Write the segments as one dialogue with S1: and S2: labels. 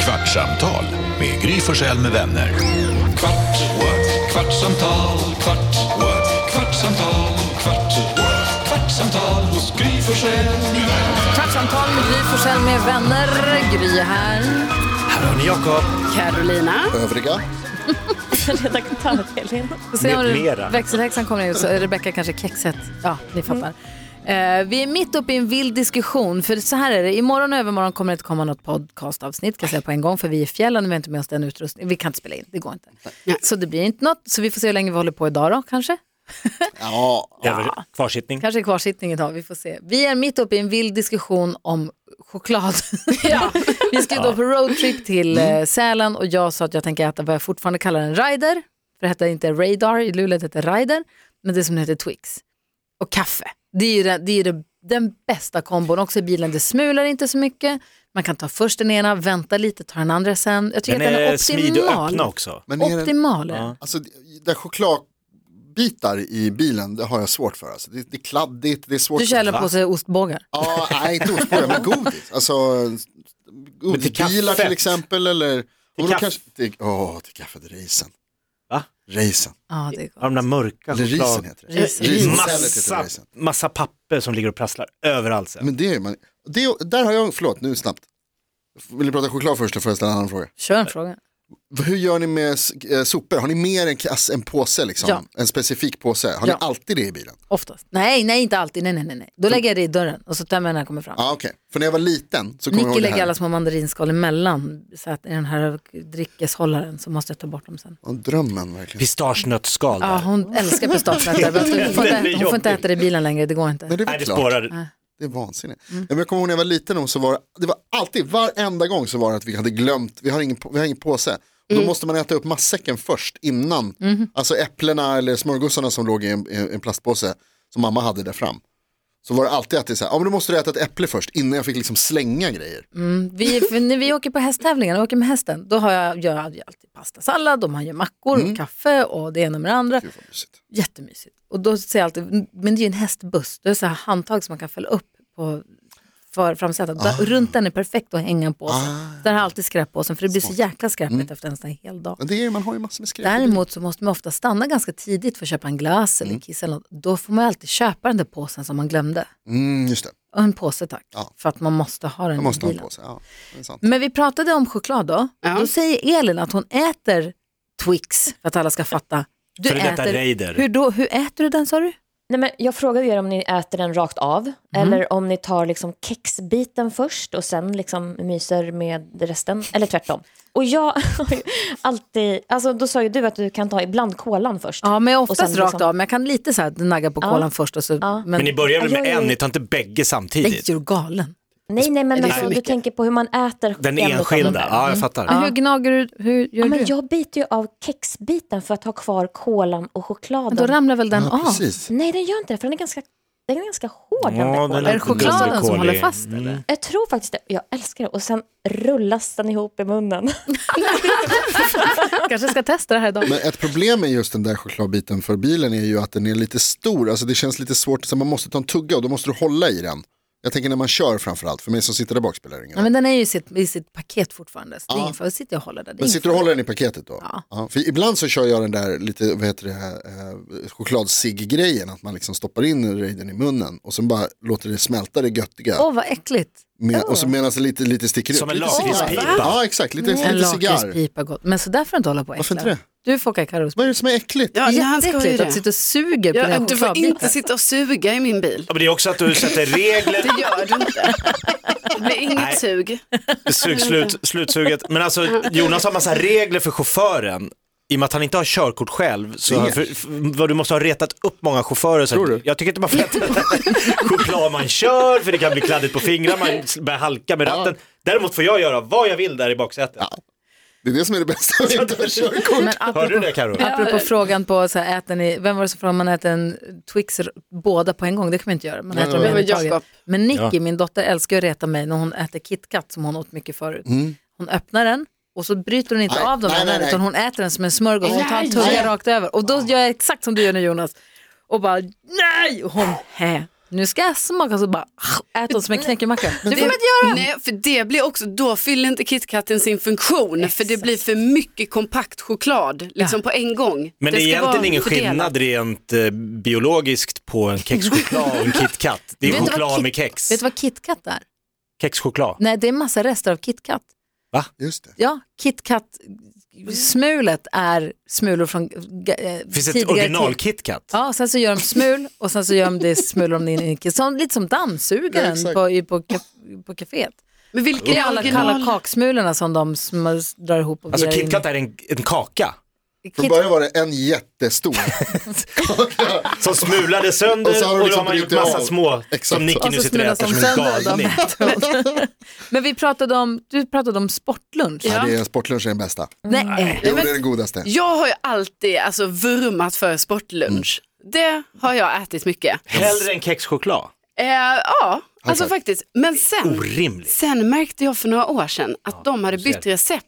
S1: Kvartsamtal med Gry Forssell med vänner. Kvart, what? kvartsamtal, kvart, what? kvartsamtal, kvart, what? kvartsamtal hos Gry Forssell med vänner.
S2: Kvartsamtal med Gry Forssell med vänner. Gry här.
S3: Här har ni Jakob.
S2: Carolina.
S4: Övriga?
S2: Vi får se om
S3: Med
S2: det-
S3: mera.
S2: växelhäxan kommer ut så Rebecka kanske kexet. Ja, ni fattar. Eh, vi är mitt uppe i en vild diskussion. För så här är det, imorgon och övermorgon kommer det inte komma något podcastavsnitt kan jag säga på en gång. För vi är i fjällen och vi har inte med oss den utrustningen. Vi kan inte spela in, det går inte. Så det blir inte något. Så vi får se hur länge vi håller på idag då kanske.
S4: Ja.
S3: Över kvarsittning.
S2: Kanske kvarsittning idag, vi får se. Vi är mitt uppe i en vild diskussion om choklad. vi ska ju då på roadtrip till eh, Sälen och jag sa att jag tänker äta vad jag fortfarande kallar en rider. För det hette inte radar, i Luleå hette det rider, men det som nu heter Twix. Och kaffe, det är ju, den, det är ju det, den bästa kombon också i bilen. Det smular inte så mycket, man kan ta först den ena, vänta lite, ta den andra sen. Jag tycker
S3: Den
S2: att den är
S3: är smidig att öppna
S2: optimal.
S3: också.
S4: Men är det,
S2: Optimal. är den.
S4: alltså, där chokladbitar i bilen, det har jag svårt för. Alltså. Det, det är kladdigt, det är svårt.
S2: Du kör alla på sig ostbågar.
S4: Ja, nej, inte ostbågar, men godis. Alltså, godisbilar
S3: kaffe.
S4: till exempel. Eller, till
S3: kaffe.
S4: Kanske, till, åh, till kaffet, racen.
S3: Va?
S4: Racen.
S2: Ja, det är gott.
S3: Av de där mörka
S4: Eller risen
S3: choklad.
S4: heter det. Risen. Risenstället heter
S3: Massa,
S4: risen.
S3: massa papper som ligger och prasslar överallt. Sen.
S4: Men det är man, det, där har jag, förlåt nu snabbt. Vill ni prata choklad först, eller får jag ställa en annan fråga?
S2: Kör en fråga.
S4: Hur gör ni med eh, sopor? Har ni mer än kass, en påse liksom?
S2: Ja.
S4: En specifik påse? Har
S2: Ja.
S4: ni alltid det i bilen?
S2: Oftast. Nej, nej, inte alltid. Nej, nej, nej, nej. Då lägger jag det i dörren och så tömmer jag när jag kommer fram.
S4: Ja, okej. För när jag var liten så kom
S2: Micke
S4: jag ihåg det
S2: lägger
S4: här.
S2: alla små mandarinskal emellan så att i den här dryckeshållaren så måste jag ta bort dem sen.
S4: Ja, drömmen verkligen.
S3: Pistagenötsskal.
S2: Ja,
S3: där.
S2: hon älskar pistagenötter. men Hon, får
S3: Den är
S2: inte- hon får inte
S3: jobbig.
S2: äta det i bilen längre, det går inte.
S4: Nej, det är
S3: Nej,
S4: väl
S3: det
S4: klart.
S3: spårar.
S4: Det är vansinne. Ja, men jag kommer ihåg när jag var liten och så var det- det var alltid, varenda gång så var det att vi hade glömt, vi har ingen, på- vi har ingen påse. Och Då måste man äta upp matsäcken först innan, alltså äpplena eller smörgåsarna som låg i en, i en plastpåse som mamma hade där fram. Så var det alltid att det är så här, ja men då måste du äta ett äpple först innan jag fick liksom slänga grejer.
S2: Vi, för när vi åker på hästtävlingar, när jag åker med hästen, då har jag, gör jag alltid pastasallad och man gör mackor och kaffe och det ena med det andra.
S4: Mm. Gud vad mysigt.
S2: Jättemysigt. Och då säger jag alltid, men det är ju en hästbuss, då är det så här handtag som man kan fälla upp på för framsätet.
S4: Ah.
S2: Där- Runt den är perfekt att hänga en påse. Där har jag alltid skräppåsen för det blir så jäkla skräpigt efter en sån här hel dag.
S4: Mm. Men det är, man har ju massor med skräp.
S2: Däremot så måste man ofta stanna ganska tidigt för att köpa en glass eller kiss eller något. Då får man ju alltid köpa den där påsen som man glömde.
S4: Mm, just det,
S2: Och en påse tack,
S4: Ja.
S2: för att man måste ha den
S4: jag måste
S2: i
S4: ha en
S2: bilen.
S4: påse. Ja, det är sant.
S2: Men vi pratade om choklad då.
S5: Ja.
S2: Då säger Elin att hon äter Twix för att alla ska fatta. Du
S3: Före detta Raider.
S2: Hur, då, hur äter du den sa du?
S5: Nej, men jag frågade er om ni äter den rakt av
S2: Mm.
S5: eller om ni tar liksom kexbiten först och sen liksom myser med resten, eller tvärtom. Och jag har ju alltid, alltså då sa ju du att du kan ta ibland kolan först.
S2: Ja, men oftast
S5: Och sen
S2: rakt
S5: liksom-
S2: av. Men jag kan lite så här nagga på kolan först och så. Men,
S3: Men ni börjar väl med
S5: Ja, ja, ja.
S3: en, ni tar inte bägge
S2: nej,
S3: samtidigt?
S2: är du galen?
S5: Nej, nej, men
S2: det
S5: alltså,
S2: för
S5: du
S2: mycket?
S5: tänker på hur man äter
S3: Den
S5: en utav de
S3: enskilda,
S5: där.
S3: ja jag
S2: Men
S3: fattar.
S2: hur gnager du? Hur gör
S5: Ja, men
S2: du?
S5: jag biter ju av kexbiten för att ha kvar kolan och
S2: Men då
S5: chokladen.
S2: ramlar väl den
S4: Ja,
S2: av?
S4: precis.
S5: Nej, den gör inte det, för den är ganska, den är ganska hård. den där
S3: Ja,
S5: kolan.
S2: Är det chokladen som
S3: Dunderkålig.
S2: håller fast
S3: Mm.
S2: eller?
S5: Jag tror faktiskt det. Jag älskar det. Och sen rullas den ihop i munnen.
S2: Kanske ska testa det här idag.
S4: Men ett problem med just den där chokladbiten för bilen är ju att den är lite stor, alltså det känns lite svårt, så man måste ta en tugga och då måste du hålla i den. Jag tänker när man kör framförallt, för mig som sitter där bak spelar det ingen
S2: Ja,
S4: roll.
S2: men den är ju i sitt, i sitt paket fortfarande. Så det är ingen fara. Sitter jag och håller där. Det är
S4: Men
S2: ingen
S4: sitter du och håller den i paketet då?
S2: Ja.
S4: för ibland så kör jag den där lite, vad heter det, eh, chokladsigg-grejen, att man liksom stoppar in raiden i munnen och sen bara låter det smälta det göttiga.
S2: fara. Åh, vad äckligt.
S4: Med, och så medan det lite, lite sticker ut.
S3: Som en
S4: Lite cigarr.
S3: lakritspipa.
S4: Ja, exakt, lite,
S2: En
S4: lite cigarr.
S2: lakritspipa gott. Men så där får du inte hålla på och
S4: Varför
S2: äckla.
S4: inte
S2: Du får åka Carros.
S4: Vad är det som är äckligt?
S6: Ja, nej, han ska ju
S2: Jätteäckligt att
S6: det.
S2: sitta och suger på
S6: Ja,
S2: den
S6: du får inte
S2: chokladbiten.
S6: sitta och suga i min bil.
S3: Ja, men det är också att du sätter regler,
S6: Det gör du inte. Det blir
S3: Nej.
S6: inget sug.
S3: sug, slut, slutsuget. Men alltså Jonas har massa regler för chauffören. I och med att han inte har körkort själv så har, för, för, vad du måste ha retat upp många chaufförer. Så
S4: Tror
S3: att-
S4: du?
S3: Jag tycker inte man får äta choklad man kör för det kan bli kladdigt på fingrarna, man börjar halka med ratten. Däremot får jag göra vad jag vill där i baksätet.
S4: Det är det som är det bästa med att inte ha körkort.
S2: Men
S3: Hörde du
S2: apropå,
S3: det Karo?
S2: apropå frågan på så här, äter ni, vem var det som frågade om man äter en Twix r- båda på en gång? Det kan man inte göra. Man äter dem
S6: Det var
S2: en i taget.
S6: Jakob.
S2: Men Nicky, min dotter, älskar att reta mig när hon äter KitKat som hon åt mycket förut. Hon öppnar den och så bryter hon inte
S4: Nej,
S2: av dem
S4: nej,
S2: ännu,
S4: nej, nej.
S2: utan hon äter den som en smörgås. Hon tar en tugga
S4: Nej.
S2: rakt över och då gör jag exakt som du gör nu Jonas och bara nej! Och hon hänger nu ska jag smaka så bara ah, ät åt som en knäckemacka. Det får man inte göra.
S6: Nej, för det blir också, då fyller inte KitKatten sin funktion för det blir för mycket kompakt choklad liksom på en gång.
S3: Men det är
S6: ska
S3: egentligen
S6: vara
S3: ingen
S6: fördelat.
S3: skillnad rent eh, biologiskt på en kexchoklad och en KitKat. Det är
S2: Vet du vad
S3: choklad
S2: Kit-
S3: med kex.
S2: Vet du vad KitKat är?
S3: Kexchoklad.
S2: Nej, det är massa rester av KitKat.
S4: Just det.
S2: Ja, KitKat-smulet är smulor från eh,
S3: Finns det ett
S2: tidigare
S3: original
S2: te-
S3: KitKat?
S2: Ja, sen så gör de smul och sen så gör de det smulor om det är en- som, lite som
S4: Ja,
S2: dammsugaren
S4: exakt.
S2: på, i- på, ka- på kaféet.
S6: Men
S2: Det
S6: vilken
S2: är alla kalla kaksmulorna som de sm- drar ihop och
S3: Alltså
S2: virar in i-
S3: KitKat är en, en kaka
S4: Från
S2: Kit-
S4: början var det en jättestor.
S3: som smulade sönder och
S4: Och så
S3: så
S4: har
S3: har,
S4: du liksom
S3: man gjort
S4: brutit
S3: massa
S4: av.
S3: små
S4: Exakt så.
S3: som Nicky
S2: Och
S3: nu
S2: så
S3: sitter och
S2: smulas
S3: äter
S2: de
S3: som en
S2: sönder
S3: galning.
S2: dem. Men vi pratade om, du pratade om sportlunch.
S4: Nej, det är sportlunch är den bästa.
S2: Nej.
S4: Jo, det är den godaste.
S6: Jag har ju alltid alltså, vurmat för sportlunch.
S3: Mm.
S6: Det har jag ätit mycket.
S3: Hellre än kexchoklad.
S6: Eh, ja, alltså faktiskt. Men sen,
S3: Orimligt.
S6: sen märkte jag för några år sedan att de hade
S3: du ser.
S6: bytt recept.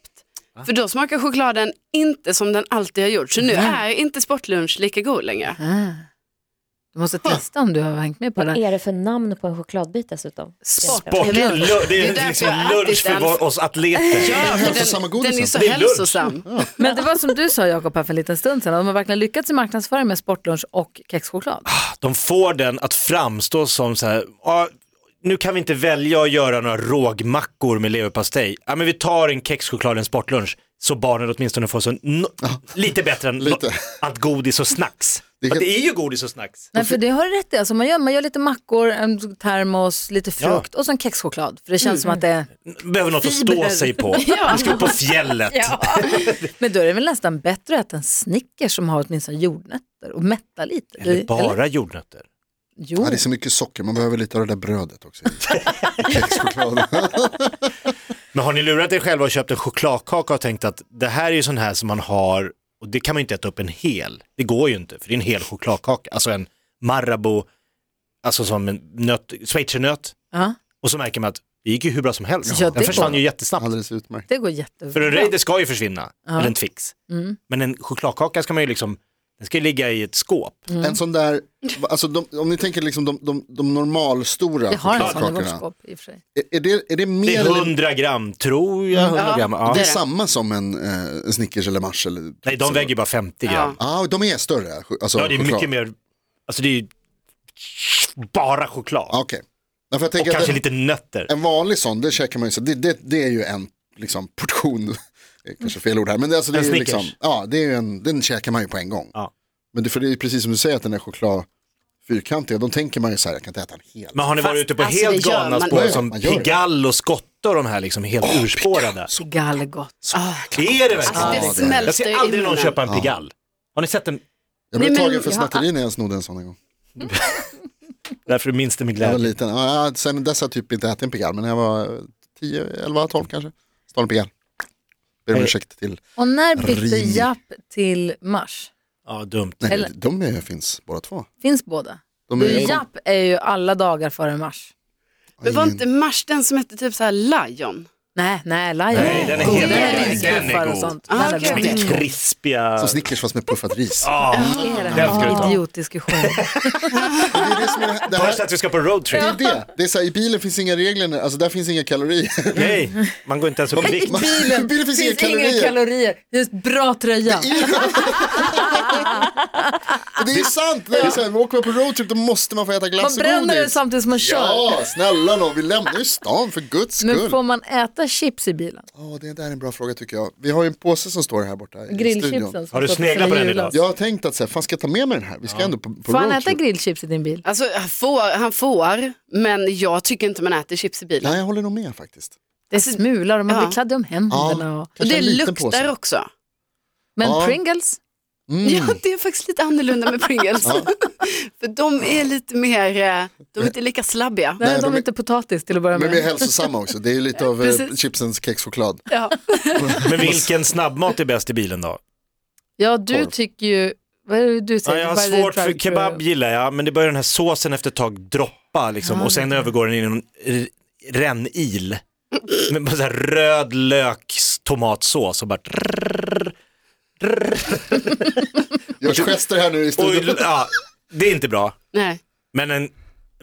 S6: För då smakar chokladen inte som den alltid har gjort. Så nu är inte sportlunch lika god längre.
S2: Ah. Du måste testa om du har hängt med på det.
S5: Vad
S2: här.
S5: är det för namn på en chokladbit dessutom?
S6: Sport.
S3: Bort,
S6: Jag vet.
S3: lu- det
S6: Det
S3: är
S6: är därför
S3: liksom
S6: jag har ätit
S3: lunch för
S6: den.
S3: var- oss atleter.
S6: Ja, för
S4: hälsosamma
S6: den, den är ju
S4: godisen.
S6: så
S3: Det är lunch.
S6: hälsosam.
S4: Ah,
S2: Men det var som du sa Jakob här för en liten stund sedan, de har verkligen lyckats i marknadsföring med sportlunch och kexchoklad.
S3: De får den att framstå som så här, "Ja, nu kan vi inte välja att göra några rågmackor med leverpastej. Ja, men vi tar en kexchoklad och en sportlunch så barnen åtminstone får så no- lite bättre än
S4: Lite.
S3: no- allt godis och snacks.
S4: Det är
S3: Det är,
S4: helt-
S3: det är ju godis och snacks.
S2: Nej för det har du rätt i, alltså man, gör, man gör lite mackor, en termos, lite frukt och så en kexchoklad. För det
S3: Mm.
S2: känns som att det är,
S3: Behöver något
S2: Fiber.
S3: att stå sig på. Vi ska upp på fjället.
S2: men då är det väl nästan bättre att äta en snickers som har åtminstone jordnötter och mätta lite.
S3: Eller bara jordnötter.
S2: Jo.
S4: Ja, det är så mycket socker, man behöver lite av det där brödet också. Kexchoklad.
S3: Men har ni lurat er själva och köpt en chokladkaka och tänkt att det här är ju sån här som man har och det kan man ju inte äta upp en hel. Det går ju inte för det är en hel chokladkaka. Alltså en Marabou, alltså som en nöt, schweizernöt.
S2: Ja,
S3: Och så märker man att det gick ju hur bra som helst.
S2: Ja,
S3: Den
S2: det
S3: försvann
S2: går.
S3: ju jättesnabbt.
S4: Alldeles utmärkt.
S2: det går jättebra.
S3: För en Raider ska ju försvinna,
S2: Ja.
S3: eller en Twix.
S2: Mm.
S3: Men en chokladkaka ska man ju liksom, den ska ju ligga i ett skåp.
S2: Mm.
S4: En sån där, alltså de, om ni tänker liksom de, de, de normalstora
S2: Vi har en sån i vårt
S4: chokladkakorna.
S2: skåp i och för sig.
S4: Är, är, det, är det mer
S2: Mm.
S3: Det är
S4: eller,
S3: 100 gram, tror jag. 100
S6: Ja.
S3: gram. Ja.
S4: det är
S6: det.
S4: samma som en eh, Snickers eller Mars? Eller,
S3: Nej, de väger ju bara 50 gram.
S4: Ja, och de är större. Alltså,
S3: Ja, det är mycket
S4: choklad.
S3: mer, alltså det är ju bara choklad.
S4: Ja, Ah, Okej. Okay. Jag
S3: Och
S4: tänker att
S3: kanske
S4: en,
S3: lite nötter.
S4: en vanlig sån, det käkar man ju så. Det, det, det är ju en liksom, portion, det är kanske fel ord här, men det, är alltså, det är
S3: En
S4: ju
S3: Snickers.
S4: liksom, ja, det är ju en, den käkar man ju på en gång.
S3: Ja.
S4: Men det, för det är ju precis som du säger att den där choklad fyrkantiga, de tänker man ju så här, jag kan inte äta en hel.
S3: Men har ni varit ute på
S6: alltså,
S3: helt
S6: det gör
S3: galna
S6: man.
S3: spår
S4: Ja,
S3: som
S4: man gör det.
S3: Pigalle och Skotte och de här liksom helt urspårade?
S2: Gallgott.
S3: Är det verkligen?
S6: Alltså,
S4: Ja, det är-
S6: det smälter
S3: Jag
S6: i
S3: ser aldrig någon
S6: munnen.
S3: köpa en Pigalle. Har ni sett den?
S4: jag blev
S2: Nej, men
S4: tagen för
S2: jag har-
S4: snatteri när jag snodde en sån en gång.
S3: Därför minns det med
S4: Jag var
S3: glädje.
S4: liten. Ja, sen dess har jag typ inte ätit en pigalle, men när jag var 10, 11, 12 kanske. Stal en pigalle. Ber om
S3: Hej.
S4: ursäkt till.
S2: Och när bytte
S4: Rim.
S2: Japp till Mars?
S3: Ja, dumt.
S4: Nej,
S2: Eller-
S4: de är, finns båda två.
S2: Finns båda?
S4: De
S2: Du,
S4: är,
S2: Japp är ju alla dagar före Mars.
S6: Men var inte Mars den som hette typ så här Lion?
S2: Nej, nej, Lion.
S3: Nej, den är helt-
S2: Den är
S3: den är
S2: ispuffar
S3: god.
S2: och sånt.
S6: Ah,
S2: Den är
S6: okej,
S2: bra.
S6: okej.
S3: Vilket krispiga...
S4: Som Snickers fast med puffat ris.
S3: Ja, den ska du ta.
S2: Idiotdiskussion.
S4: Det är det som är det- det här-
S3: Först att vi ska på roadtrip.
S4: Det är det. Det är så här, i bilen finns inga regler, nu. alltså där finns inga kalorier.
S3: Nej, man går inte ens upp i vikt.
S4: Man- I bilen finns inga
S2: Finns inga
S4: kalorier.
S2: kalorier. Det är ett bra tröja.
S4: Och det är sant, det är så här, åker man på roadtrip då måste man få äta
S2: Ah. Man
S4: glass och
S2: bränner den
S4: godis.
S2: samtidigt som man kör.
S4: Ja, snälla nån, vi lämnar ju stan för guds
S2: Men
S4: skull.
S2: får man äta chips i bilen?
S4: Ja, det där är en bra fråga tycker jag. Vi har ju en påse som står här borta i studion.
S2: Grillchipsen. som
S3: Har du
S2: står
S3: sneglat på
S2: sedan
S3: den
S2: i
S3: idag?
S2: julas.
S4: Jag har tänkt att så här, fan ska jag ta med mig den här? Vi ska ändå på, på
S2: Får han äta
S4: roadtrip.
S2: grillchips i din bil?
S6: Alltså han får, han får, men jag tycker inte man äter chips i bilen.
S4: Nej, jag håller nog med faktiskt.
S2: Det smular och man
S6: ja.
S2: blir kladdig om händerna. Och...
S6: Och
S4: kanske
S6: det
S4: en liten påse.
S6: luktar också.
S2: Men
S4: Ja.
S2: Pringles?
S4: Mm.
S6: Ja, det är faktiskt lite annorlunda med Pringles. För de är lite mer, eh, de är inte lika slabbiga.
S2: Nej,
S4: Nej,
S2: de
S4: de
S2: är
S4: är-
S2: inte potatis till att börja
S4: Men vi är
S2: med.
S4: hälsosamma också, det är lite av eh,
S6: Precis.
S4: chipsens kexchoklad.
S6: Ja.
S3: Men vilken snabbmat är bäst i bilen då?
S2: Ja, du
S4: Korv.
S2: tycker ju... Vad är det du
S3: Ja,
S2: säger?
S3: jag har
S2: By the
S3: svårt för
S2: drive-thru.
S3: kebab gillar jag, men det börjar den här såsen efter ett tag droppa liksom, och sen övergår den i någon r- rännil. Med bara så här röd löks tomatsås och bara...
S4: Jag gör gester här nu i
S3: Och,
S4: studion.
S3: ja, det är inte bra.
S6: Nej.
S3: Men en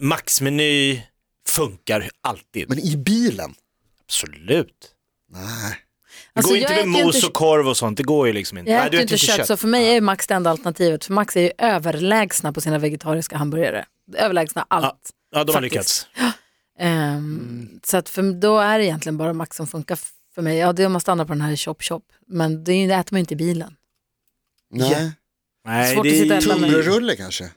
S3: Maxmeny funkar alltid.
S4: Men i bilen?
S3: Absolut.
S4: Nej.
S3: Det
S2: Alltså,
S3: går inte
S2: jag
S3: med
S2: äter ju
S3: mos
S2: inte-
S3: och korv och sånt, det går ju liksom inte.
S2: Jag
S3: Nej,
S2: äter ju inte kött, så för mig är ju Max det enda alternativet. För Max är ju överlägsna på sina vegetariska hamburgare. Överlägsna allt.
S3: Ja, de har
S2: faktiskt.
S3: lyckats.
S2: Ehm,
S3: Mm.
S2: Så att för, då är det egentligen bara Max som funkar f- för mig. Ja, det är om man stannar på den här Chop Chop. Men det, är ju- det äter man ju inte i bilen.
S4: Nej.
S3: Nej,
S2: Svårt att sitta och äta med.
S3: det...
S4: Tunnbrödsrulle kanske?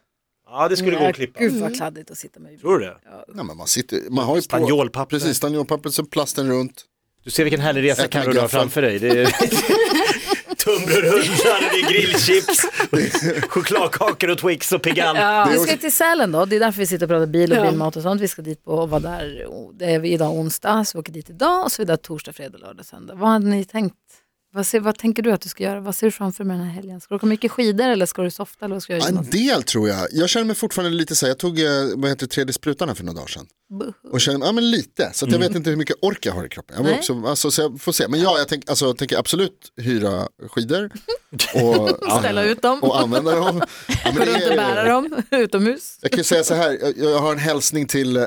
S3: Ja, det skulle gå att klippa.
S2: Gud vad kladdigt att sitta med.
S3: Tror du det?
S4: Nej, men man, sitter, man har ju på-
S3: Spanjolpapper.
S4: Precis, spanjolpapper, så plasten runt.
S3: Du ser vilken härlig resa
S4: Jag
S3: Carro
S4: kan
S3: du har
S4: gaffla.
S3: framför dig. Det är tunnbrödsrullar, det är grillchips, chokladkakor och Twix och Pigall.
S2: Vi ska till Sälen då, det är därför vi sitter och pratar bil och
S6: Ja.
S2: bilmat och sånt. Vi ska dit på och vara där, och det är idag onsdag, så vi åker dit idag och så vidare torsdag, fredag, lördag, söndag. Vad hade ni tänkt? Vad, ser, vad tänker du att du ska göra? Vad ser du framför med den här helgen? Ska du åka mycket skidor eller ska du softa eller vad ska du göra?
S4: Ja, En del tror jag. Jag känner mig fortfarande lite så här, jag tog eh, vad heter det, tredje sprutan här för några dagar sedan. Och känner, ja men lite, så att jag vet inte hur mycket ork jag har i kroppen. Jag var
S2: Nej.
S4: också, alltså, så jag får se. Men ja, jag, tänk, alltså, jag tänker absolut hyra skidor. Och,
S2: Ställa ut dem.
S4: Och använda dem. Ja, men det
S2: Runt och
S4: är-
S2: bära dem utomhus.
S4: Jag kan ju säga så här, jag, jag har en hälsning till eh,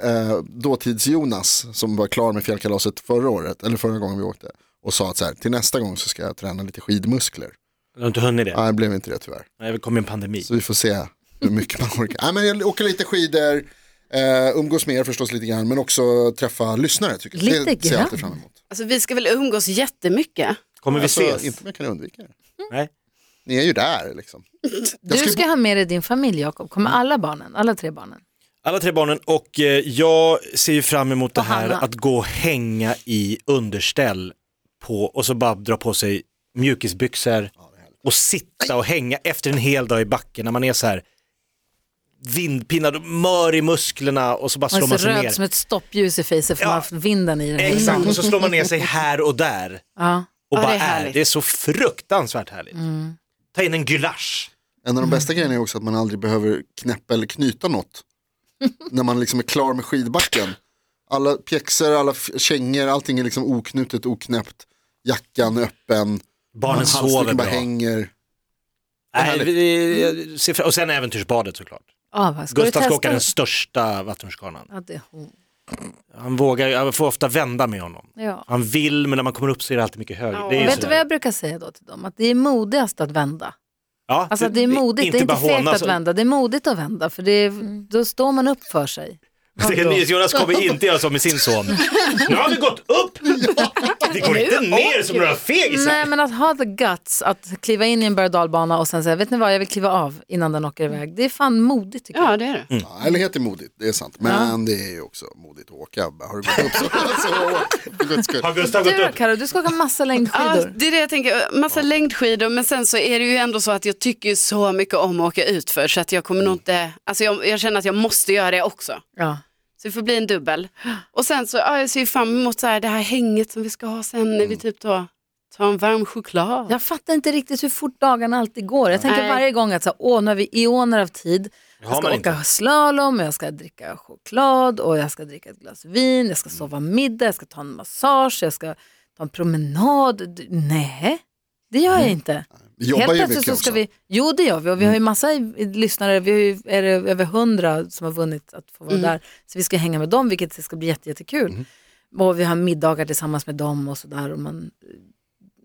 S4: dåtids-Jonas som var klar med fjällkalaset förra året, eller förra gången vi åkte, och sa att så här, till nästa gång så ska jag träna lite skidmuskler.
S3: Du har inte hunnit det?
S4: Nej, det blev inte det tyvärr.
S3: Nej, det kom ju en pandemi.
S4: Så vi får se hur mycket man orkar. Nej, men jag åker lite skidor, eh, umgås med er förstås lite grann, men också träffa lyssnare tycker jag.
S2: Lite
S4: det ser jag alltid
S2: grann.
S4: fram emot.
S6: Alltså, vi ska väl umgås jättemycket.
S3: Kommer vi
S4: Alltså,
S3: ses?
S4: Inte om jag kan undvika er.
S3: Nej.
S4: Ni är ju där liksom.
S2: Du
S4: ska-
S2: ska ha med dig din familj Jakob, kommer alla barnen, alla tre barnen?
S3: Alla tre barnen och eh, jag ser ju fram emot det
S2: Och
S3: här
S2: Hanna.
S3: att gå och hänga i underställ på och så bara dra på sig mjukisbyxor och sitta och hänga efter en hel dag i backen när man är så här vindpinnad och mör i musklerna och så bara
S2: Man
S3: slår
S2: är
S3: man
S2: så
S3: sig
S2: röd
S3: ner.
S2: som ett stoppljus i fejset för
S3: Ja.
S2: man har haft vinden i den.
S3: Exakt, och så slår man ner sig här och där
S2: Mm. Ja.
S3: och
S6: Ja,
S3: bara
S6: det är
S3: är,
S6: härligt.
S3: Det är så fruktansvärt härligt.
S2: Mm.
S3: Ta in en gulasch.
S4: En av de bästa grejerna är också att man aldrig behöver knäppa eller knyta något. När man liksom är klar med skidbacken. Alla pjäxor, alla f- kängor, allting är liksom oknutet, oknäppt. Jackan är öppen,
S3: Barnen sover
S4: halsduken bara
S3: bra.
S4: hänger.
S3: Nej,
S4: härligt.
S3: vi- jag ser fram- och sen äventyrsbadet såklart.
S2: Ja, vad ska du
S3: Gustav ska åka
S2: testa?
S3: den största vattenrutschkanan.
S2: Ja, det är hon.
S3: Han vågar, jag får ofta vända med honom.
S2: Ja.
S3: Han vill, men när man kommer upp så är det alltid mycket högre. Det är ju
S2: Vet du
S3: sådär.
S2: vad jag brukar säga då till dem? Att det är modigast att vända.
S3: Ja,
S2: Alltså det är modigt, det är inte
S3: bara
S2: fegt
S3: håna,
S2: att
S3: så-
S2: vända, det är modigt att vända för det är, då står man upp för sig.
S3: Det är nyss, Jonas kommer inte göra så med sin son. Nu har vi gått upp! Vi går inte ner som några fegisar.
S2: Nej men att ha the guts att kliva in i en berg och dalbana och sen säga vet ni vad jag vill kliva av innan den åker iväg. Det är fan modigt tycker jag.
S6: Ja, det är det.
S3: Mm.
S4: Ja, ärlighet är modigt, det är sant. Men det är ju också modigt att åka. Har du gått upp så? så för guds skull.
S3: Har Gustav gått
S2: Du då
S3: upp?
S2: Karo, du ska åka massa längdskidor.
S6: Ja, det är det jag tänker. Massa längdskidor, men sen så är det ju ändå så att jag tycker ju så mycket om att åka utför så att jag kommer
S3: Mm.
S6: nog inte, alltså jag, jag känner att jag måste göra det också.
S2: Ja.
S6: Så det får bli en dubbel. Och sen så, ja, jag ser ju fram emot så här, det här hänget som vi ska ha sen
S3: Mm.
S6: när vi typ då tar en varm choklad.
S2: Jag fattar inte riktigt hur fort dagarna alltid går. Jag tänker
S6: Nej.
S2: varje gång att så, här, åh, nu har vi eoner av tid. Jag
S3: har
S2: ska
S3: man
S2: åka
S3: inte.
S2: slalom, jag ska dricka choklad och jag ska dricka ett glas vin, jag ska sova middag, jag ska ta en massage, jag ska ta en promenad. Du- Nej, det gör
S3: Mm.
S2: jag inte.
S4: Vi jobbar
S2: Helt
S4: ju
S2: plötsligt
S4: mycket
S2: så ska
S4: också.
S2: vi, jo det gör vi och vi har ju massa i- i- lyssnare, vi har ju, är det över hundra som har vunnit att få vara där. Så vi ska hänga med dem vilket ska bli jätte- jättekul. Och vi har middagar tillsammans med dem och sådär. Och, man,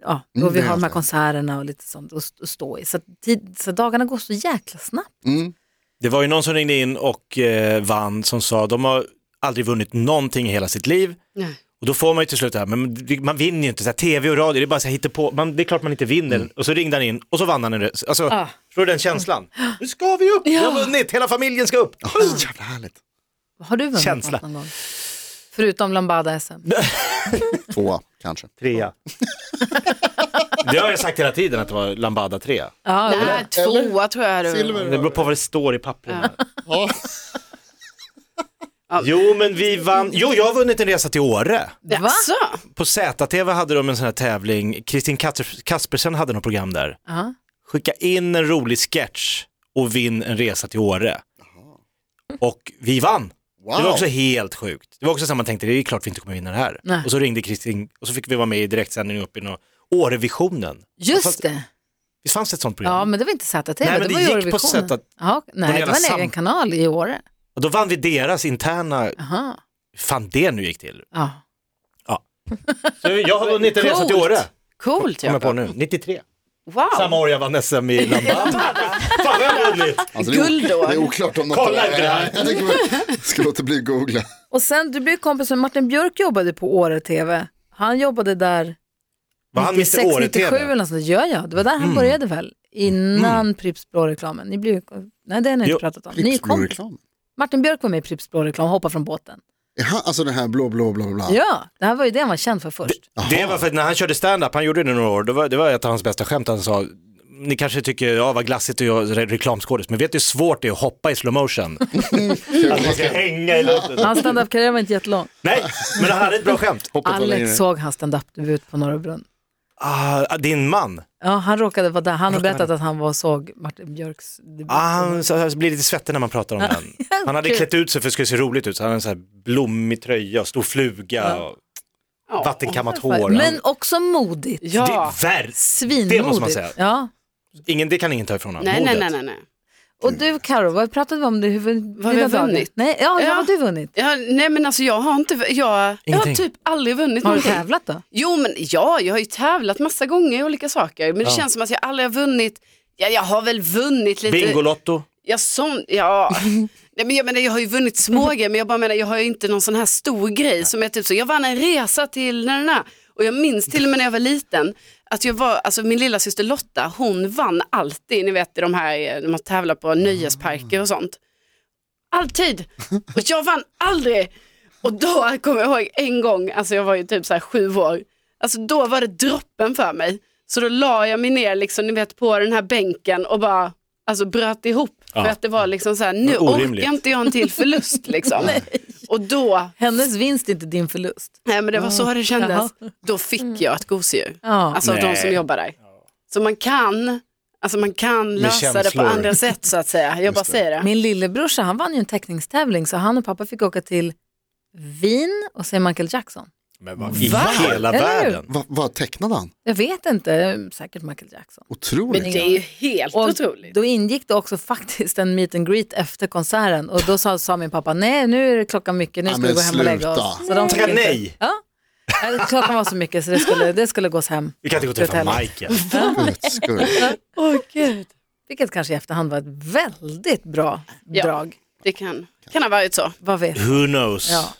S2: ja,
S4: Mm,
S2: och vi
S4: det är
S2: har de här
S4: alltid.
S2: konserterna och lite sånt att st- att stå i. Så, att tid, så dagarna går så jäkla snabbt.
S4: Mm.
S3: Det var ju någon som ringde in och eh, vann som sa de har aldrig vunnit någonting i hela sitt liv.
S6: Nej.
S3: Och då får man ju till slut det här, men det- man vinner ju inte, så här, tv och radio, det är bara så här, på. Man, det är klart man inte vinner. Och så ringde han in och så vann han en röst. Alltså,
S2: Ah.
S3: Förstår du den känslan? Nu ska vi upp, vi har vunnit, hela familjen ska upp.
S4: Oh, jävla härligt.
S2: Har du vunnit
S3: Känsla.
S2: något någon gång? Förutom Lambada-SM.
S4: Tvåa kanske.
S3: Trea. det har jag sagt hela tiden att det var Lambada trea.
S2: Ja,
S6: Nej, tvåa tror jag det var.
S4: Silver.
S3: Det beror på vad det står i papperna.
S4: Ja.
S3: Jo, men vi vann. Jo, jag har vunnit en resa till Åre.
S2: Va?
S6: Jaså?
S3: På ZTV hade de en sån här tävling. Kristin Katter- Kaspersen hade något program där.
S2: Ja.
S3: Skicka in en rolig sketch och vinn en resa till Åre. Och vi vann. Det var
S4: Wow.
S3: också helt sjukt. Det var också så här man tänkte, det är klart vi inte kommer vinna det här.
S2: Nej.
S3: Och så ringde Kristin och så fick vi vara med i direktsändning upp i nå- Årevisionen.
S2: Just det.
S3: Visst fanns det ett sånt program?
S2: Ja, men det var inte ZTV,
S3: Nej,
S2: det
S3: men det
S2: var
S3: gick på
S2: Eurovisionen.
S3: ZT.
S2: Ja,
S3: Någon
S2: nej, det
S3: jävla
S2: var en
S3: sam-
S2: egen kanal i år.
S3: Och då vann vi deras interna,
S2: Aha.
S3: fan det nu gick till.
S2: Ja.
S3: Så jag har vunnit en resa till
S6: Coolt.
S3: Åre,
S6: Coolt
S3: kommer jag på
S6: Jakob.
S3: nu, 93.
S6: Wow.
S3: Samma år jag vann SM i landband. Fan vad jag har vunnit!
S4: Alltså, det, är o-
S6: Guld då.
S4: det är oklart om något.
S3: Kolla inte det här.
S4: Jag tänker bara- ska låta bli att googla.
S2: Och sen, du blev kompis med Martin Björk jobbade på Åre TV. Han jobbade där
S3: Var han mitt i
S2: 96,
S3: Åre Mm.
S2: 97 eller
S3: TV?
S2: något sånt. Ja, ja, det var där han började väl. Innan Pripps blå-reklamen. Ni blev, nej, det har ni inte
S3: Mm. Jo.
S2: pratat om. Ni kom,
S4: Riksblå-reklam.
S2: Martin Björk var med i Pripps blå-reklam, hoppa från båten.
S4: Jaha, alltså den här blå, blå, blå, blå.
S2: Ja, det här var ju det han var känd för först.
S3: Det var för att när han körde stand-up, han gjorde det några år, det var, det var ett av hans bästa skämt, han sa ni kanske tycker, ja vad glassigt att göra re- reklamskådis, men vet du hur svårt det är att hoppa i slow motion? att man ska hänga i luften.
S2: Hans standup-karriär var inte jättelång.
S3: Nej, men han hade ett bra skämt.
S4: Hoppet var längre.
S2: Alex såg hans standup-debut på Norra Brunn.
S3: Ah, din man,
S2: Ja, han råkade vara där. Han har berättat att han var och såg Martin Björks debut.
S3: ah, han så- han blir lite svettig när man pratar om den. Han hade
S2: Kul.
S3: klätt ut sig för att det skulle se roligt ut, så han hade en sån här blommig tröja och stor fluga och vattenkammat hår.
S2: Men också modigt.
S3: han, det
S6: Ja.
S3: är värst.
S2: Svinmodigt.
S3: Det måste man säga.
S2: Ja.
S3: Ingen, det kan ingen ta ifrån honom.
S6: Nej, nej,
S3: Modet.
S6: nej, nej, nej.
S2: Och du Karo, vad pratade vi om det? Hur, vad
S6: vi har vunnit?
S2: Nej, ja, ja.
S6: Ja.
S2: vad har du vunnit?
S6: Ja, nej men alltså jag har inte, jag, jag har
S3: Ingenting.
S6: typ aldrig vunnit
S2: Har du
S6: någonting.
S2: tävlat då?
S6: Jo men ja, jag har ju tävlat massa gånger i olika saker. Men det känns som att jag aldrig har vunnit, ja jag har väl vunnit lite.
S3: Bingolotto,
S6: Jag sån, ja. Nej, men jag menar jag har ju vunnit små grejer men jag bara menar jag har ju inte någon sån här stor grej som är typ så, jag vann en resa till när den här. Och jag minns till och med när jag var liten att jag var, alltså min lilla syster Lotta hon vann alltid, ni vet i de här, eh, när man tävlar på nöjesparker och sånt. Alltid! Och jag vann aldrig! Och då kommer jag ihåg en gång, alltså jag var ju typ så här sju år, alltså då var det droppen för mig. Så då la jag mig ner liksom, ni vet, på den här bänken och bara alltså, bröt ihop. För att det var liksom så här, nu
S3: Orimligt.
S6: orkar inte jag en till förlust liksom. och då,
S2: Hennes vinst är inte din förlust.
S6: nej men det var så det kändes,
S2: Jaha.
S6: då fick jag ett gosedjur.
S2: Ja.
S6: Alltså av de
S3: Nej.
S6: som jobbar där. Så man kan, alltså man kan lösa det på
S3: känslor.
S6: andra sätt så att säga. Jag bara säger det.
S2: Min lillebrorsa, han vann ju en teckningstävling så han och pappa fick åka till Wien och se Michael Jackson.
S3: men vad i
S6: Va?
S3: hela
S2: Eller hur?
S3: världen.
S4: Vad, vad tecknade han?
S2: Jag vet inte, säkert Michael Jackson.
S4: Otroligt.
S6: Men det är ju helt
S2: Och
S6: otroligt.
S2: Då ingick det också faktiskt en meet and greet efter konserten och då sa, sa min pappa nej nu är det klockan mycket, nu
S4: Ja,
S2: ska
S4: men
S2: vi gå hem och lägga oss.
S4: sluta.
S2: Så de fick
S3: Tacka
S2: inte-
S3: nej.
S2: Ja. Eh, Klockan var så mycket så det skulle, det skulle gås hem.
S3: Vi kan inte gå och
S2: Det
S3: träffa
S2: heller.
S3: Michael.
S4: Guds skull.
S6: Åh gud.
S2: Vilket kanske i efterhand var ett väldigt bra
S6: Ja.
S2: drag.
S6: Det kan, kan ha varit så.
S2: Vad vet jag?
S3: Who knows?
S2: Ja.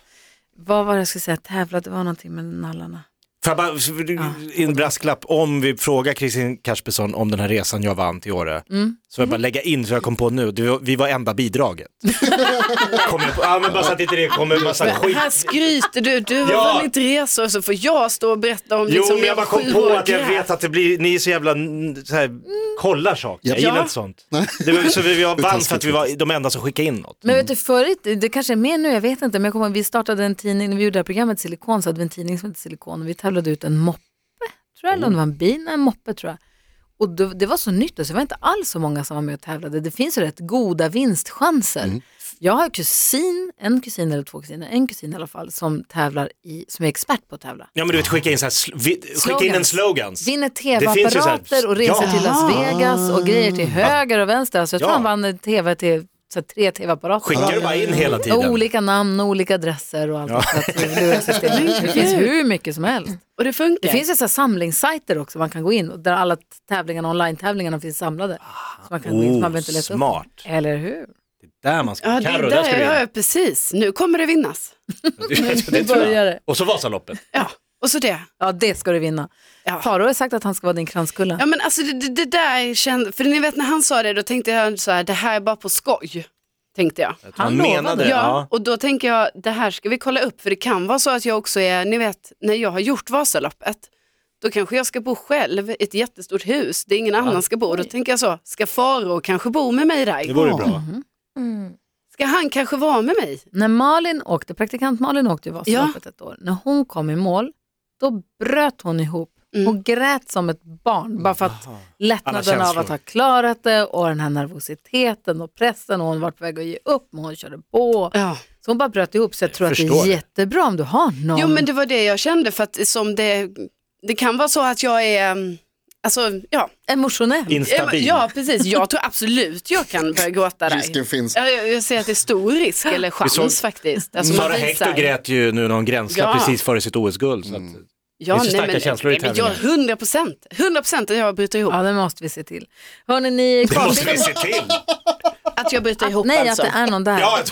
S2: Vad var det jag skulle säga, tävla, det var någonting med nallarna.
S3: Får jag bara, en brasklapp, om vi frågar Kristin Kaspersson om den här resan jag vann till Åre,
S6: Mm.
S3: så får jag bara lägga in så jag kom på nu, det var- vi var enda bidraget. kommer på, ja men bara så att inte det kommer en massa skit.
S6: Här skryter du, du har
S3: Ja.
S6: vunnit resor så får jag stå och berätta om
S3: Jo
S6: liksom
S3: men jag bara kom
S6: sju
S3: på
S6: år
S3: att jag
S6: grät. Mm.
S3: vet att det blir, ni är så jävla, n- så här, kollar saker, jag gillar
S6: Ja.
S3: inte sånt. Det var, så vi, vi vann för att vi var de enda som skickade in något.
S2: Men vet du, förut, det kanske är mer nu, jag vet inte, men jag kommer ihåg, vi startade en tidning, när vi gjorde det här programmet Silikon så hade vi en tidning som hette Silikon och vi tävlade ut en moppe, tror jag, eller om det var en bil, Nej, en moppe tror jag. Och det, det var så nytt och så det var inte alls så många som var med och tävlade. Det finns ju rätt goda vinstchanser. Jag har kusin, en kusin eller två kusiner, en kusin i alla fall, som tävlar i, som är expert på att tävla.
S3: Ja men du vet skicka in så här, sl- vi, skicka in en
S2: Slogans.
S3: slogans.
S2: Vinner
S3: Det finns ju så här-
S2: tv-apparater och reser
S3: Ja.
S2: till Las Vegas och grejer till höger och vänster. Alltså jag tror
S3: Ja.
S2: han vann en tv till så här, tre tv-apparater.
S3: Skickar du bara in hela tiden.
S2: Och olika namn och olika adresser och allt ja. så att det, lurar systemet. det finns hur mycket som helst.
S6: Och det funkar.
S2: Det finns ju så här samlingssajter också man kan gå in och där alla tävlingarna, online-tävlingarna finns samlade. Så man kan gå in, så man behöver inte leta upp.
S3: Oh, smart.
S2: Eller hur?
S3: Där man ska,
S6: ja, det
S3: Karo,
S6: är
S3: där
S6: där
S3: ska du
S6: jag
S3: in.
S6: är, precis. Nu kommer det vinnas.
S3: Det, det tror
S2: Börjar
S3: jag.
S2: det.
S3: Och så Vasaloppet.
S6: Ja, och så det.
S2: Ja, det ska du vinna.
S6: Ja.
S2: Faro har sagt att han ska vara din kranskulla.
S6: Ja men alltså det, det, det där kändes, för ni vet när han sa det då tänkte jag så här, det här är bara på skoj. Tänkte jag.
S2: Han lovade.
S6: Ja, och då tänker jag, det här ska vi kolla upp för det kan vara så att jag också är, ni vet, när jag har gjort Vasaloppet, då kanske jag ska bo själv i ett jättestort hus, det är ingen annan ska bo. Då tänker jag så, ska Faro kanske bo med mig
S3: Det
S6: där?
S3: vore bra.
S6: Mm.
S5: Mm.
S6: Ska han kanske vara med mig?
S2: När Malin åkte, praktikant Malin åkte ju Vasaloppet ett år, när hon kom i mål, då bröt hon ihop. Hon grät som ett barn, bara för att lättnaden av
S3: känslor.
S2: att ha klarat det och den här nervositeten och pressen och hon var på väg att ge upp men hon körde på.
S6: Ja.
S2: Så hon bara bröt ihop så jag tror att det är
S3: förstår.
S2: jättebra om du har någon.
S6: Jo men det var det jag kände för att som det, det kan vara så att jag är, mm, alltså ja.
S2: Emotionell.
S3: Instabil.
S6: Ja precis, jag tror absolut jag kan börja gråta där.
S4: Risken finns.
S6: Ja, Jag, jag säger att det är stor risk eller chans
S3: såg-
S6: faktiskt. Alltså,
S3: Sara
S6: man visar-
S3: Hector grät ju nu när hon gränslade
S6: Ja. Mm.
S3: precis före sitt OS-guld. Så att,
S6: Ja,
S3: Det är så
S6: nej,
S3: starka
S6: men-
S3: känslor i
S6: nej, men jag-
S3: tävlingar.
S6: 100 procent, 100 procent att jag bryter ihop.
S2: Ja, det måste vi se till. Hörni, ni är
S3: Det
S2: kvar.
S3: måste vi se till.
S6: Att jag bryter ihop
S2: Nej,
S6: alltså.
S2: att det är någon där.
S3: Ja, att,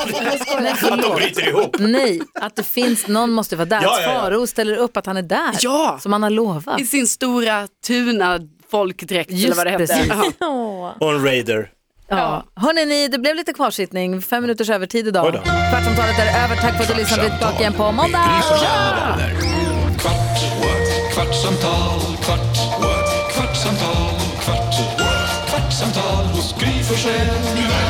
S3: att de bryter ihop.
S2: Nej, att det finns, någon måste vara där.
S3: Ja, ja, ja.
S2: Faro ställer upp att han är där.
S6: Ja.
S2: Som han har lovat.
S6: I sin stora tuna folkdräkt eller
S2: Just
S6: vad det hette.
S2: precis.
S6: Ja.
S5: Åh.
S3: Och en raider.
S2: Ja. Hörrni, ni, det blev lite kvarsittning. Fem minuters övertid idag.
S3: Oj då.
S2: Kvartsamtalet är över. Tack för att du lyssnade. Vi är tillbaka igen
S1: med
S2: på
S1: Gry
S2: måndag.
S1: Forssell med vänner. Kvart, what? kvartsamtal, kvart, what? kvartsamtal, kvart, what? kvartsamtal hos Gry Forssell med vänner.